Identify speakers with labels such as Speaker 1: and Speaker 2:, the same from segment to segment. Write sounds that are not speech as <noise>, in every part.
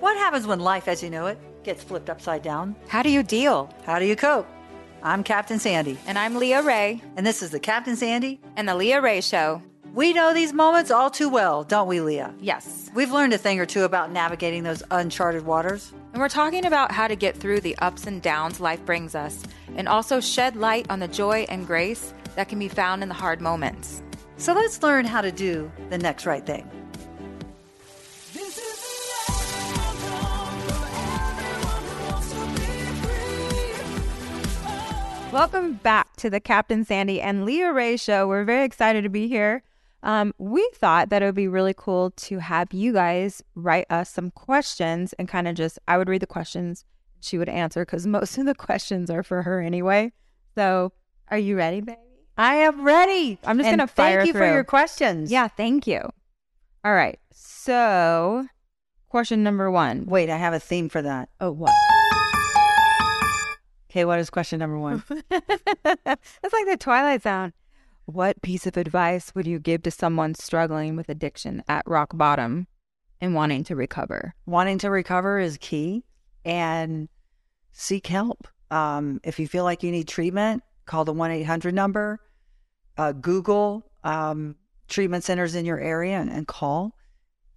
Speaker 1: What happens when life as you know it gets flipped upside down? How do you deal? How do you cope? I'm Captain Sandy,
Speaker 2: And I'm Leah Ray,
Speaker 1: and this is the Captain Sandy.
Speaker 2: and the Leah Ray Show.
Speaker 1: We know these moments all too well, don't we, Leah?
Speaker 2: Yes.
Speaker 1: We've learned a thing or two about navigating those uncharted waters.
Speaker 2: And we're talking about how to get through the ups and downs life brings us, and also shed light on the joy and grace that can be found in the hard moments.
Speaker 1: So let's learn how to do the next right thing.
Speaker 3: This is the outcome for everyone who wants to be free. Oh.
Speaker 4: Welcome back to the Captain Sandy and Leah Ray show. We're very excited to be here. Um, we thought that it would be really cool to have you guys write us some questions and kind of just, I would read the questions, she would answer because <laughs> most of the questions are for her anyway. So, are you ready, baby?
Speaker 5: I am ready.
Speaker 4: I'm just
Speaker 5: And
Speaker 4: gonna fire
Speaker 5: Thank you for
Speaker 4: through.
Speaker 5: your questions.
Speaker 4: Yeah, thank you. All right. So, question number one.
Speaker 5: Wait, I have a theme for that.
Speaker 4: Oh, what?
Speaker 5: Okay, what is question
Speaker 1: <laughs>
Speaker 5: number one?
Speaker 4: <laughs> That's like the Twilight Zone. What piece of advice would you give to someone struggling with addiction at rock bottom and wanting to recover?
Speaker 5: Wanting to recover is key, and seek help. Um, if you feel like you need treatment, call the one eight hundred number. Uh, Google um, treatment centers in your area and, and call.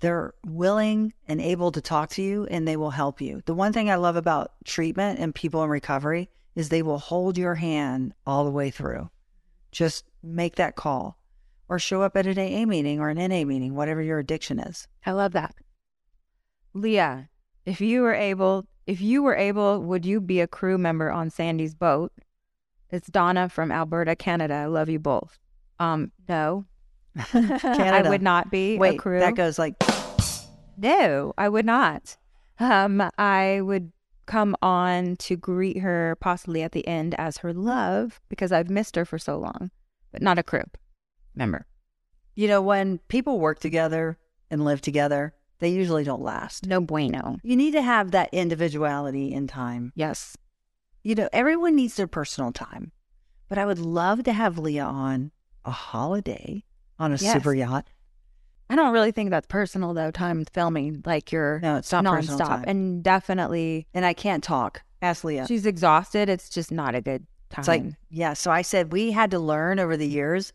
Speaker 5: They're willing and able to talk to you, and they will help you. The one thing I love about treatment and people in recovery is they will hold your hand all the way through. Just make that call, or show up at an AA meeting or an NA meeting, whatever your addiction is.
Speaker 4: I love that. Leah, if you were able, if you were able, would you be a crew member on Sandy's boat? It's Donna from Alberta, Canada. I love you both. Um, no. <laughs> I
Speaker 5: Canada.
Speaker 4: would not be
Speaker 5: Wait,
Speaker 4: a crew.
Speaker 5: that goes like
Speaker 4: No, I would not. Um, I would come on to greet her possibly at the end as her love because I've missed her for so long, but not a crew member.
Speaker 5: You know, when people work together and live together, they usually don't last.
Speaker 4: No bueno.
Speaker 5: You need to have that individuality in time.
Speaker 4: Yes.
Speaker 5: You know, everyone needs their personal time. But I would love to have Leah on a holiday on a
Speaker 4: Yes.
Speaker 5: super yacht.
Speaker 4: I don't really think that's personal though. Time filming like you're
Speaker 5: No, it's not personal
Speaker 4: nonstop
Speaker 5: time.
Speaker 4: and definitely
Speaker 5: And I can't talk. Ask Leah.
Speaker 4: she's exhausted. It's just not a good time.
Speaker 5: It's like, yeah. So I said, we had to learn over the years.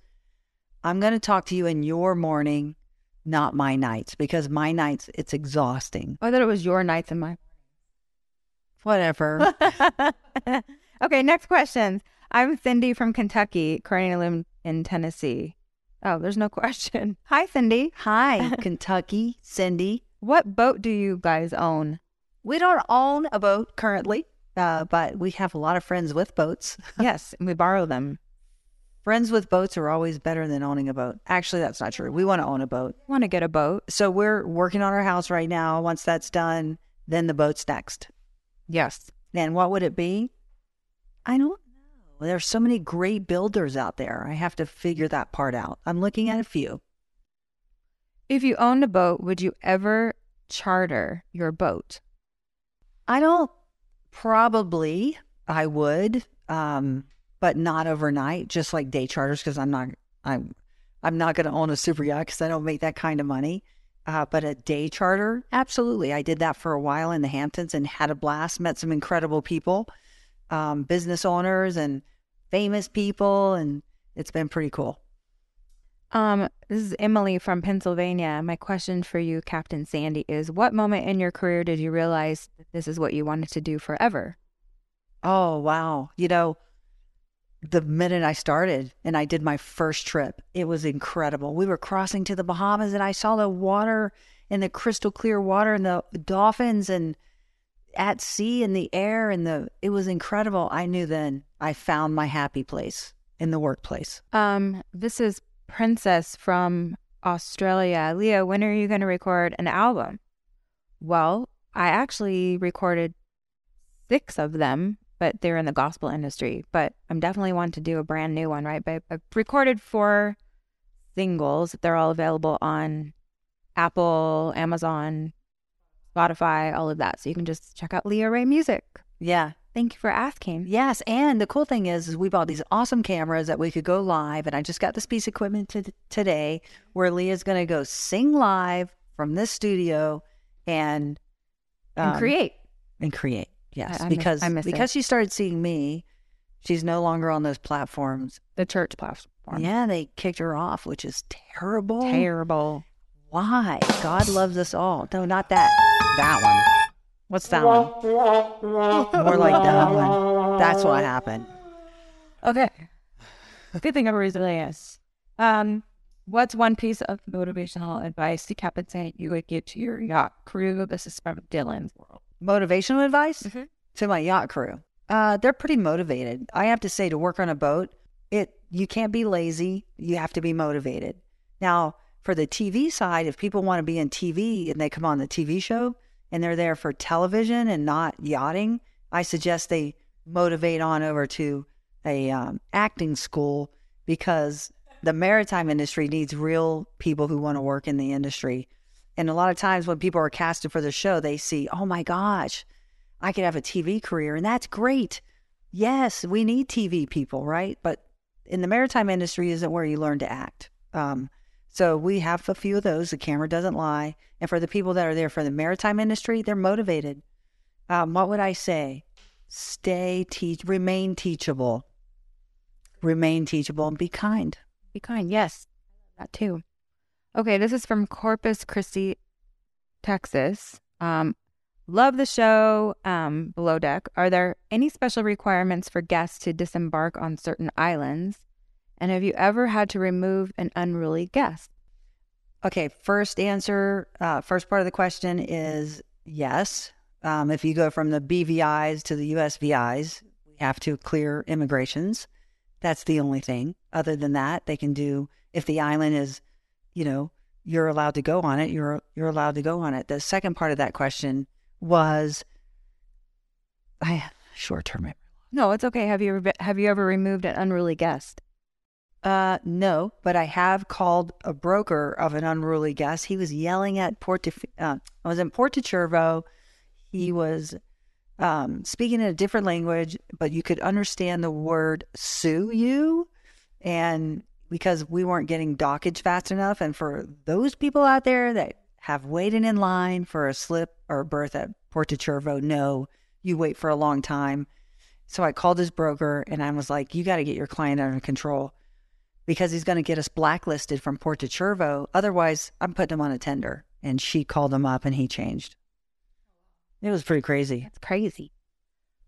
Speaker 5: I'm going to talk to you in your morning, not my nights, because my nights, it's exhausting.
Speaker 4: I thought it was your nights and my
Speaker 5: <laughs> Whatever.
Speaker 4: <laughs> okay, next question. I'm Cindy from Kentucky, currently live in Tennessee. Oh, there's no <laughs> question. Hi, Cindy.
Speaker 5: Hi, Kentucky, Cindy.
Speaker 4: What boat do you guys own?
Speaker 5: We don't own a boat currently, uh, but we have a lot of friends with boats.
Speaker 4: yes, we borrow them.
Speaker 5: Friends with boats are always better than owning a boat. Actually, that's not true. We want to own a boat.
Speaker 4: Want to get a boat?
Speaker 5: So we're working on our house right now. Once that's done, then the boat's next.
Speaker 4: Yes.
Speaker 5: And what would it be? I don't know. There's so many great builders out there. I have to figure that part out. I'm looking at a few.
Speaker 4: If you owned a boat, would you ever charter your boat?
Speaker 5: I don't probably I would, um, but not overnight, just like day charters because I'm not I'm I'm not going to own a super yacht because I don't make that kind of money. Uh, but a day charter, absolutely. I did that for a while in the Hamptons and had a blast. Met some incredible people, um, business owners and famous people, and it's been pretty cool.
Speaker 4: Um, this is Emily from Pennsylvania. My question for you, Captain Sandy, is what moment in your career did you realize that this is what you wanted to do forever?
Speaker 5: Oh, wow. You know, the minute I started and I did my first trip, it was incredible. We were crossing to the Bahamas and I saw the water and the crystal clear water and the dolphins and at sea in the air and the it was incredible. I knew then I found my happy place in the workplace.
Speaker 4: Um, this is Princess from Australia. Leah, when are you going to record an album? Well, I actually recorded six of them, but they're in the gospel industry. But I'm definitely want to do a brand new one, right? But I've recorded four singles. They're all available on Apple, Amazon, Spotify, all of that. So you can just check out Leah Ray Music.
Speaker 5: Yeah.
Speaker 4: Thank you for asking.
Speaker 5: Yes, and the cool thing is, is we bought these awesome cameras that we could go live, and I just got this piece of equipment to today where Leah's going to go sing live from this studio, and
Speaker 4: and
Speaker 5: um,
Speaker 4: create.
Speaker 5: and create. Yes,
Speaker 4: I miss-
Speaker 5: because
Speaker 4: I miss it.
Speaker 5: because she started seeing me, she's no longer on those platforms.
Speaker 4: The church platform.
Speaker 5: Yeah, they kicked her off, which is terrible.
Speaker 4: Terrible.
Speaker 5: Why? God loves us all. No, not that. That one. What's that one? More like that one. That's what happened.
Speaker 4: Okay. Good thing I'm resilience. Um, what's one piece of motivational advice to Captain Saint you would give to your yacht crew? This is from Dylan's world.
Speaker 5: Motivational advice
Speaker 2: Mhm.
Speaker 5: to my yacht crew. Uh, they're pretty motivated. I have to say, to work on a boat, it you can't be lazy. You have to be motivated. Now, for the TV side, if people want to be in TV and they come on the TV show and they're there for television and not yachting, I suggest they motivate on over to a um, acting school because the maritime industry needs real people who want to work in the industry. And a lot of times when people are casted for the show, they see, oh my gosh, I could have a TV career, and that's great. Yes, we need TV people, right? But in the maritime industry isn't where you learn to act. Um, so we have a few of those. The camera doesn't lie. And for the people that are there for the maritime industry, they're motivated. Um, what would I say? Stay, teach, remain teachable. Remain teachable and be kind.
Speaker 4: Be kind. Yes. That too. Okay, this is from Corpus Christi, Texas. Um, love the show. Um, Below Deck. Are there any special requirements for guests to disembark on certain islands? And have you ever had to remove an unruly guest?
Speaker 5: Okay, first answer, uh, first part of the question is yes. Um, if you go from the BVIs to the USVIs, we have to clear immigrations. That's the only thing. Other than that, they can do if the island is, you know, you're allowed to go on it. You're you're allowed to go on it. The second part of that question was, I short term
Speaker 4: No, it's okay. Have you ever been- have you ever removed an unruly guest?
Speaker 5: Uh, no, but I have called a broker of an unruly guest. He was yelling at Port. Def- uh, I was in Port de Chervo. He was um, speaking in a different language, but you could understand the word "sue you," and because we weren't getting dockage fast enough, and for those people out there that have waited in line for a slip or a berth at Port de Chervo, no, you wait for a long time. So I called his broker, and I was like, "You got to get your client under control." because he's going to get us blacklisted from Port de Chervo. Otherwise, I'm putting him on a tender. And she called him up and he changed. It was pretty crazy.
Speaker 4: That's crazy.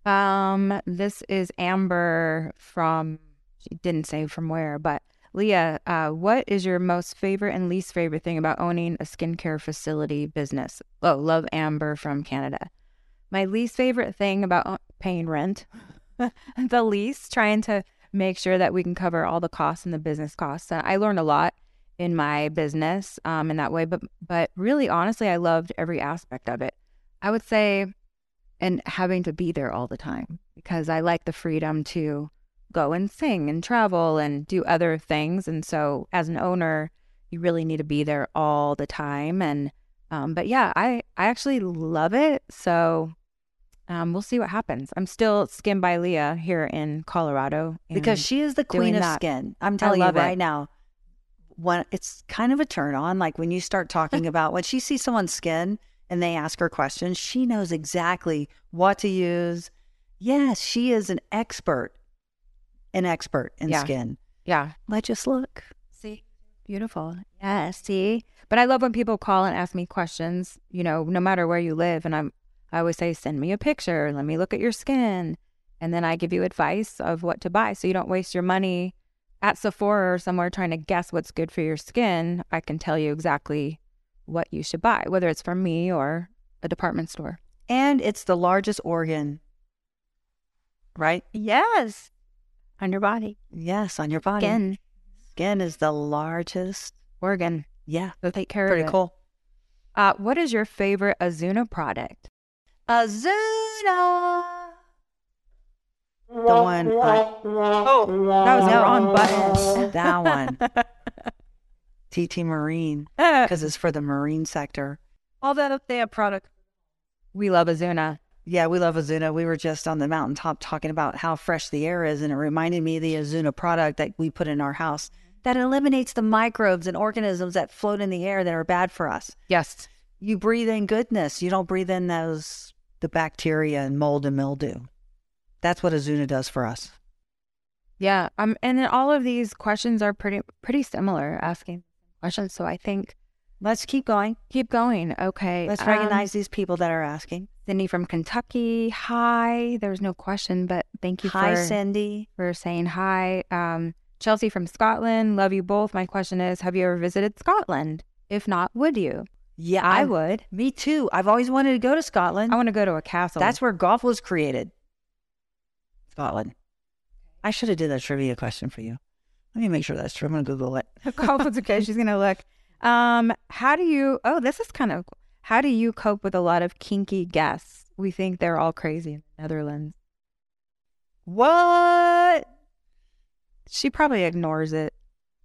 Speaker 4: Um, this is Amber from she didn't say from where, but Leah, uh, what is your most favorite and least favorite thing about owning a skincare facility business? Oh, love Amber from Canada. My least favorite thing about o- paying rent, <laughs> the least trying to make sure that we can cover all the costs and the business costs. Uh, I learned a lot in my business um, in that way, but but really, honestly, I loved every aspect of it. I would say and having to be there all the time because I like the freedom to go and sing and travel and do other things. And so, as an owner, you really need to be there all the time. And um, but yeah, I I actually love it. So um, we'll see what happens. I'm still skinned by Leah here in Colorado and
Speaker 5: Because she is the queen
Speaker 4: doing
Speaker 5: of
Speaker 4: that.
Speaker 5: skin. I'm telling you
Speaker 4: love it.
Speaker 5: right now, when it's kind of a turn on. Like when you start
Speaker 4: <laughs>
Speaker 5: talking about when she sees someone's skin and they ask her questions, she knows exactly what to use. Yes, she is an expert, an expert in
Speaker 4: Yeah.
Speaker 5: skin.
Speaker 4: yeah,
Speaker 5: Let us look.
Speaker 2: See,
Speaker 4: beautiful. Yeah, see. But I love when people call and ask me questions. You know, no matter where you live, and I'm I always say, send me a picture, let me look at your skin. And then I give you advice of what to buy so you don't waste your money at Sephora or somewhere trying to guess what's good for your skin. I can tell you exactly what you should buy, whether it's from me or a department store.
Speaker 5: And it's the largest organ, right?
Speaker 4: Yes. On your body.
Speaker 5: Yes, on your body.
Speaker 4: Skin.
Speaker 5: Skin is the largest.
Speaker 4: Organ.
Speaker 5: Yeah,
Speaker 4: So take care
Speaker 5: pretty
Speaker 4: of it.
Speaker 5: cool.
Speaker 4: Uh, what is your favorite Azuna product?
Speaker 5: Azuna. The one. I, oh,
Speaker 4: That
Speaker 5: No.
Speaker 4: was the wrong <laughs> button.
Speaker 5: that one.
Speaker 4: <laughs>
Speaker 5: TT Marine, because it's for the Marine sector.
Speaker 4: all that up there product. We love Azuna.
Speaker 5: Yeah, we love Azuna. We were just on the mountaintop talking about how fresh the air is, and it reminded me of the Azuna product that we put in our house that eliminates the microbes and organisms that float in the air that are bad for us.
Speaker 4: Yes.
Speaker 5: you breathe in goodness. You don't breathe in those the bacteria and mold and mildew. That's what Azuna does for us.
Speaker 4: Yeah. Um, and then all of these questions are pretty pretty similar, asking questions. So I think
Speaker 5: Let's keep going.
Speaker 4: keep going. Okay.
Speaker 5: Let's
Speaker 4: um,
Speaker 5: recognize these people that are asking.
Speaker 4: Cindy from Kentucky. Hi. There was no question, but thank you
Speaker 5: Hi,
Speaker 4: for
Speaker 5: Cindy.
Speaker 4: for saying hi. Um, Chelsea from Scotland. Love you both. My question is, have you ever visited Scotland? If not, would you?
Speaker 5: Yeah,
Speaker 4: I would.
Speaker 5: Me too. I've always wanted to go to Scotland.
Speaker 4: I want to go to a castle.
Speaker 5: That's where golf was created. Scotland. I should have did a trivia question for you. Let me make sure that's true. I'm gonna Google
Speaker 4: <laughs>
Speaker 5: it.
Speaker 4: Couple's okay. She's gonna look. Um, how do you? Oh, this is kind of. cool. How do you cope with a lot of kinky guests? We think they're all crazy in the Netherlands.
Speaker 5: What?
Speaker 4: She probably ignores it.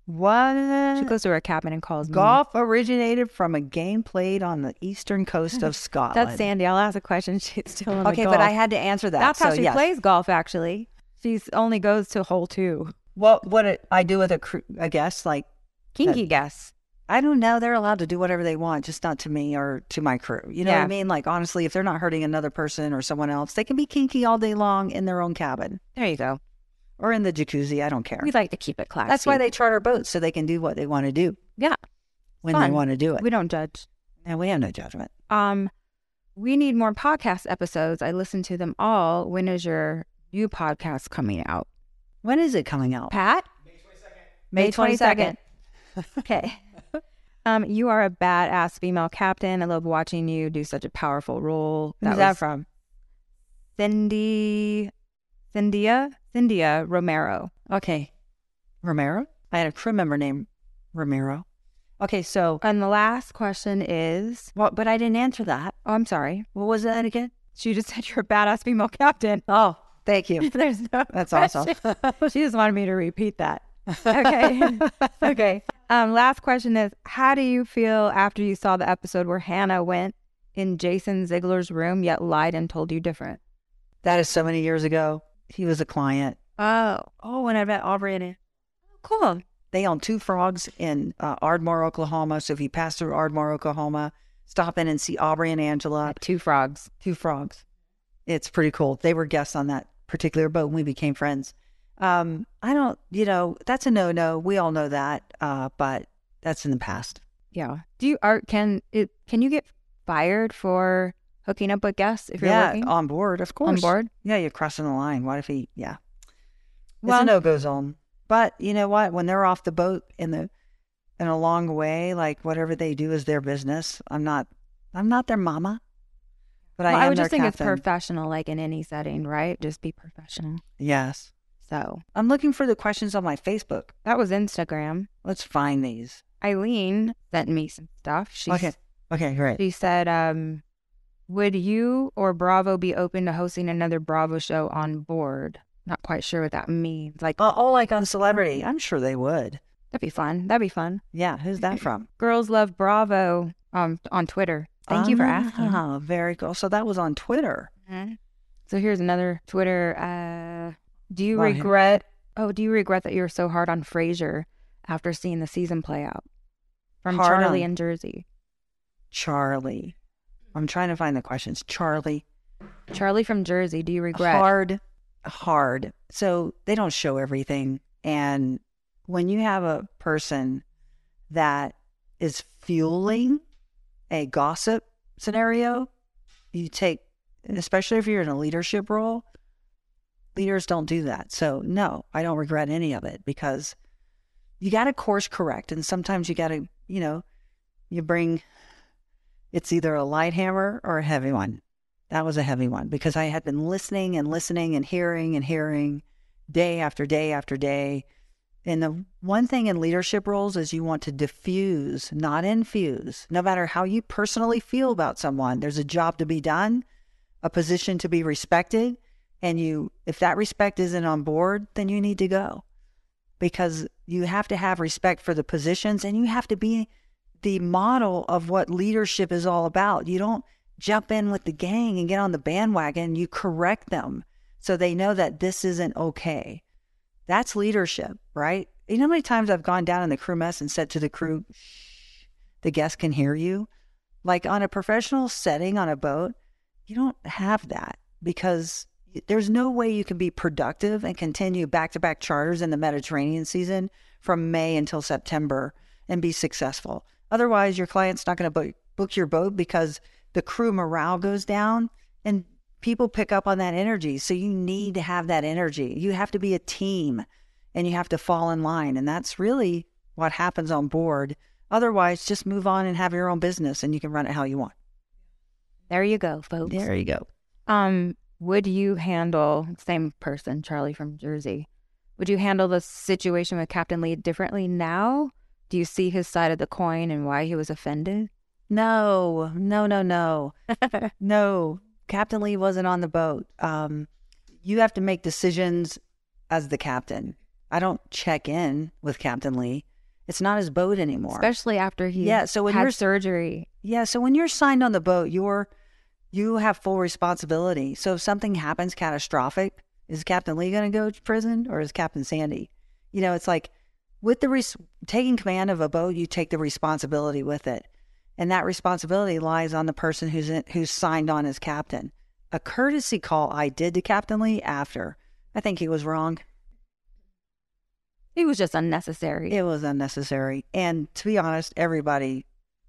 Speaker 5: What?
Speaker 4: She goes to her cabin and calls me.
Speaker 5: golf originated from a game played on the eastern coast of Scotland.
Speaker 4: <laughs> That's Sandy. I'll ask a question. <laughs> She's still on
Speaker 5: Okay,
Speaker 4: the golf.
Speaker 5: but I had to answer that.
Speaker 4: That's how
Speaker 5: so
Speaker 4: she
Speaker 5: yes.
Speaker 4: plays golf. Actually, she's only goes to hole two.
Speaker 5: What what it, I do with a cr- a guest like
Speaker 4: Kinky guests.
Speaker 5: I don't know. They're allowed to do whatever they want, just not to me or to my crew. You know what I
Speaker 4: Yeah.
Speaker 5: mean? Like, honestly, if they're not hurting another person or someone else, they can be kinky all day long in their own cabin
Speaker 4: There you go.
Speaker 5: or in the jacuzzi. I don't care.
Speaker 4: We like to keep it classy.
Speaker 5: That's why they charter boats so they can do what they want to do
Speaker 4: Yeah,
Speaker 5: when
Speaker 4: Fun.
Speaker 5: they want to do it.
Speaker 4: we don't judge.
Speaker 5: and we have no judgment.
Speaker 4: Um, we need more podcast episodes. I listen to them all. When is your new podcast coming out,
Speaker 5: When is it coming out?
Speaker 4: Pat?
Speaker 5: May 22nd.
Speaker 4: okay. <laughs> Um, you are a badass female captain. I love watching you do such a powerful role.
Speaker 5: Who's that,
Speaker 4: was
Speaker 5: from?
Speaker 4: Cindy, Cyndia, Cyndia Romero.
Speaker 5: Okay. Romero? I had a crew member named Romero. Okay, so,
Speaker 4: And the last question is,
Speaker 5: well, but I didn't answer that.
Speaker 4: oh, I'm sorry.
Speaker 5: What was that again?
Speaker 4: She just said you're a badass female captain.
Speaker 5: Oh, thank you.
Speaker 4: <laughs>
Speaker 5: <laughs>
Speaker 4: There's no.
Speaker 5: That's awesome.
Speaker 4: question. <laughs> she just wanted me to repeat that.
Speaker 5: <laughs>
Speaker 4: Okay. <laughs> okay. Um, last question is How do you feel after you saw the episode where Hannah went in Jason Ziegler's room yet lied and told you different?
Speaker 5: That is so many years ago. He was a client.
Speaker 4: Oh. Oh, and I met Aubrey in it. Cool.
Speaker 5: They own two frogs in uh, Ardmore, Oklahoma. So if you pass through Ardmore, Oklahoma, stop in and see Aubrey and Angela.
Speaker 4: Two frogs.
Speaker 5: Uh, Two frogs. It's pretty cool. They were guests on that particular boat and we became friends. Um, I don't, you know, that's a no no. We all know that. Uh, but that's in the past.
Speaker 4: Yeah. Do you are can it can you get fired for hooking up with guests if you're
Speaker 5: yeah,
Speaker 4: working
Speaker 5: on board, of course.
Speaker 4: on board?
Speaker 5: Yeah, you're crossing the line. What if he, yeah. it's
Speaker 4: Well-
Speaker 5: a no go zone. But you know what? When they're off the boat in the in a long way, like whatever they do is their business. I'm not I'm not their mama. But
Speaker 4: Well,
Speaker 5: I am
Speaker 4: I would
Speaker 5: their
Speaker 4: just think
Speaker 5: captain.
Speaker 4: it's professional, like in any setting, right? Just be professional.
Speaker 5: Yes.
Speaker 4: So
Speaker 5: I'm looking for the questions on my Facebook.
Speaker 4: that was Instagram.
Speaker 5: Let's find these.
Speaker 4: Eileen sent me some stuff. She
Speaker 5: okay. Okay, great.
Speaker 4: she said, um, "Would you or Bravo be open to hosting another Bravo show on board?" Not quite sure what that means. Like
Speaker 5: Uh, oh, like on celebrity. I'm sure they would.
Speaker 4: that'd be fun. That'd be fun.
Speaker 5: Yeah, who's that from?
Speaker 4: Girls love Bravo um, on Twitter. <clears throat> Thank you for asking.
Speaker 5: Oh, very cool. So that was on Twitter.
Speaker 4: Mhm. So here's another Twitter. Uh, do you
Speaker 5: Wow, here-
Speaker 4: regret? Oh, do you regret that you were so hard on Frasier after seeing the season play out? From
Speaker 5: Hard
Speaker 4: Charlie
Speaker 5: on-
Speaker 4: in Jersey.
Speaker 5: Charlie. I'm trying to find the questions. Charlie.
Speaker 4: Charlie from Jersey. Do you regret?
Speaker 5: hard hard so they don't show everything and when you have a person that is fueling a gossip scenario you take especially if you're in a leadership role leaders don't do that so no i don't regret any of it because you got to course correct and sometimes you got to you know you bring it's either a light hammer or a heavy one that was a heavy one because I had been listening and listening and hearing and hearing day after day after day. And the one thing in leadership roles is you want to diffuse, not infuse. No matter how you personally feel about someone, there's a job to be done, a position to be respected. And you, if that respect isn't on board, then you need to go because you have to have respect for the positions and you have to be the model of what leadership is all about. You don't jump in with the gang and get on the bandwagon, you correct them so they know that this isn't okay. That's leadership, right? You know how many times I've gone down in the crew mess and said to the crew, Shh, the guests can hear you? Like on a professional setting on a boat, you don't have that because there's no way you can be productive and continue back to back charters in the Mediterranean season from May until September and be successful. Otherwise, your client's not going to book, book your boat because the crew morale goes down and people pick up on that energy. So you need to have that energy. You have to be a team and you have to fall in line. And that's really what happens on board. Otherwise, just move on and have your own business and you can run it how you want.
Speaker 4: There you go, folks.
Speaker 5: you go.
Speaker 4: Um, would you handle same person, Charlie from Jersey? Would you handle the situation with Captain Lee differently now? Do you see his side of the coin and why he was offended?
Speaker 5: No, no, no, no. <laughs> no, Captain Lee wasn't on the boat. Um, you have to make decisions as the captain. I don't check in with Captain Lee. It's not his boat anymore.
Speaker 4: Especially after he
Speaker 5: Yeah, so when
Speaker 4: had
Speaker 5: you're-
Speaker 4: surgery.
Speaker 5: Yeah. So when you're signed on the boat, you're you have full responsibility. So if something happens catastrophic, is Captain Lee going to go to prison or is Captain Sandy? You know, it's like with the res- taking command of a boat, you take the responsibility with it, and that responsibility lies on the person who's in, who's signed on as captain. A courtesy call I did to Captain Lee after. I think he was wrong.
Speaker 4: It was just unnecessary.
Speaker 5: It was unnecessary. And to be honest, everybody,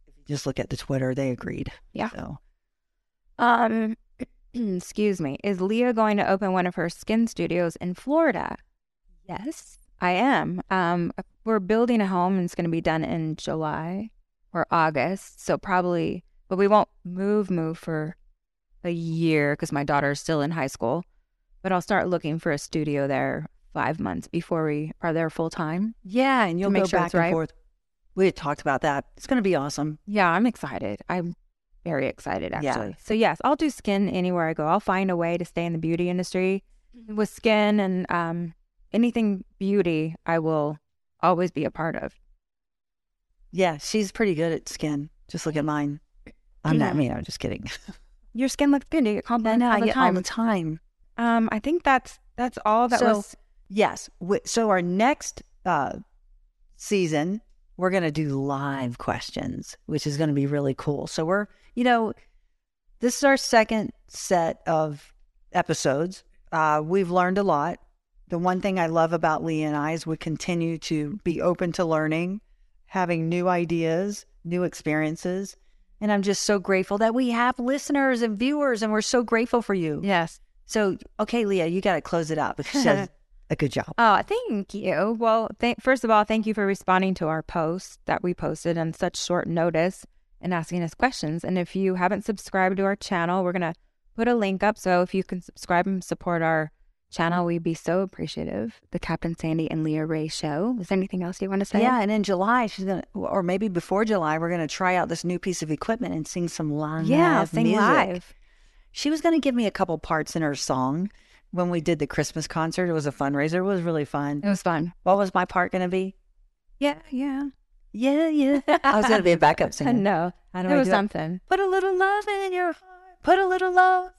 Speaker 5: if you just look at the Twitter, they agreed.
Speaker 4: Yeah.
Speaker 5: So
Speaker 4: Um, <clears throat> excuse me. Is Leah going to open one of her skin studios in Florida? Yes, I am. Um, we're building a home and it's going to be done in July or August. So probably, but we won't move, move for a year because my daughter's still in high school. But I'll start looking for a studio there five months before we are there full time.
Speaker 5: Yeah, and you'll
Speaker 4: make
Speaker 5: go
Speaker 4: sure
Speaker 5: back
Speaker 4: it's
Speaker 5: and
Speaker 4: right.
Speaker 5: forth. We had talked about that. It's going to be awesome.
Speaker 4: Yeah, I'm excited. I'm very excited
Speaker 5: Yeah.
Speaker 4: actually. So yes, I'll do skin anywhere I go. I'll find a way to stay in the beauty industry
Speaker 5: Mm-hmm.
Speaker 4: with skin and um anything beauty I will always be a part of.
Speaker 5: Yeah, she's pretty good at skin. Just look at mine. I'm not me. I'm just kidding.
Speaker 4: Your skin looks good. You get complimented all
Speaker 5: <laughs> I
Speaker 4: the
Speaker 5: get all
Speaker 4: time.
Speaker 5: the time.
Speaker 4: um I think that's that's all that
Speaker 5: So-
Speaker 4: was
Speaker 5: Yes. Wi- So our next uh, season, we're going to do live questions, which is going to be really cool. So we're, you know, this is our second set of episodes. Uh, we've learned a lot. The one thing I love about Lee and I is we continue to be open to learning, having new ideas, new experiences. And I'm just so grateful that we have listeners and viewers, and we're so grateful for you.
Speaker 4: Yes.
Speaker 5: So, okay, Leah, you got to close it up. She does a good job.
Speaker 4: Oh, thank you. Well, th- first of all, thank you for responding to our post that we posted on such short notice and asking us questions. And if you haven't subscribed to our channel, we're going to put a link up. So if you can subscribe and support our channel, we'd be so appreciative. The Captain Sandy and Leah Ray Show. Is there anything else you want to say?
Speaker 5: Yeah, and in July she's gonna, or maybe before July, we're gonna try out this new piece of equipment and sing some live.
Speaker 4: Yeah, sing
Speaker 5: music.
Speaker 4: live.
Speaker 5: She was gonna give me a couple parts in her song when we did the Christmas concert. It was a fundraiser. It was really fun.
Speaker 4: It was fun.
Speaker 5: What was my part gonna be?
Speaker 4: Yeah, yeah.
Speaker 5: Yeah, yeah. <laughs> I was
Speaker 4: <laughs>
Speaker 5: gonna be a backup singer.
Speaker 4: no,
Speaker 5: How do
Speaker 4: it
Speaker 5: I
Speaker 4: was
Speaker 5: do it?
Speaker 4: something.
Speaker 5: Put a little love in your heart. Put a little love,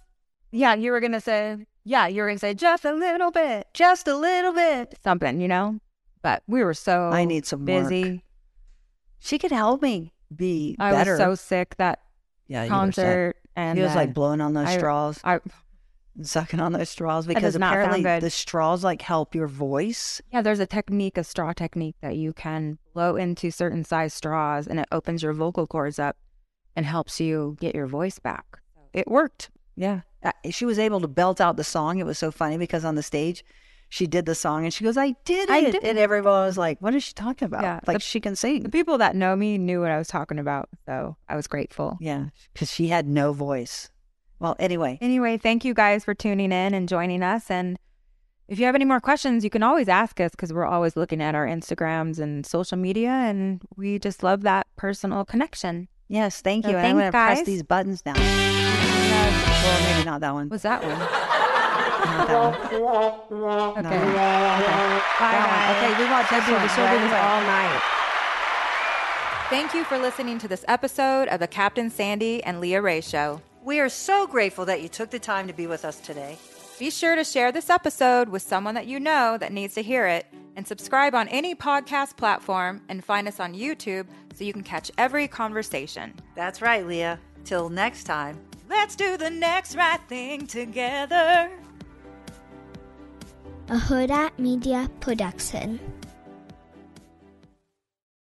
Speaker 4: Yeah, you were going to say, yeah, you were going to say just a little bit,
Speaker 5: just a little bit.
Speaker 4: something, you know? But we were so
Speaker 5: I need some work.
Speaker 4: busy.
Speaker 5: She could help me be
Speaker 4: I
Speaker 5: better.
Speaker 4: was so sick that
Speaker 5: yeah, you were sad.
Speaker 4: concert, and
Speaker 5: He was like
Speaker 4: then
Speaker 5: blowing on those
Speaker 4: I-
Speaker 5: straws.
Speaker 4: I,
Speaker 5: and sucking on those straws because
Speaker 4: does not sound
Speaker 5: apparently
Speaker 4: good.
Speaker 5: the straws like help your voice.
Speaker 4: yeah, there's a technique, a straw technique that you can blow into certain size straws, and it opens your vocal cords up and helps you get your voice back. It worked.
Speaker 5: Yeah. Uh, She was able to belt out the song. It was so funny because on the stage, she did the song and she goes, I did it.
Speaker 4: I did
Speaker 5: And everyone was like, what is she talking about?
Speaker 4: Yeah,
Speaker 5: Like
Speaker 4: the-
Speaker 5: she can
Speaker 4: The
Speaker 5: sing.
Speaker 4: people that know me knew what I was talking about, so I was grateful.
Speaker 5: yeah. Because she had no voice. Well, anyway,
Speaker 4: Anyway, thank you guys for tuning in and joining us. And if you have any more questions, you can always ask us because we're always looking at our Instagrams and social media, and we just love that personal connection.
Speaker 5: yes, thank
Speaker 4: So
Speaker 5: you. and I'm
Speaker 4: thanks,
Speaker 5: going to press
Speaker 4: guys.
Speaker 5: these buttons now. well, maybe not that one.
Speaker 4: What's that one?
Speaker 5: Not that one.
Speaker 4: Okay.
Speaker 5: No.
Speaker 4: Okay. Bye,
Speaker 5: That one.
Speaker 4: guys.
Speaker 5: Okay, we watch this one.
Speaker 4: She'll do this all
Speaker 5: night.
Speaker 2: Thank you for listening to this episode of the Captain Sandy and Leah Ray Show.
Speaker 1: We are so grateful that you took the time to be with us today.
Speaker 2: Be sure to share this episode with someone that you know that needs to hear it
Speaker 4: and subscribe on any podcast platform and find us on YouTube so you can catch every conversation.
Speaker 5: That's right, Leah. Till next time.
Speaker 4: Let's do the next right thing together.
Speaker 6: a Huda Media production.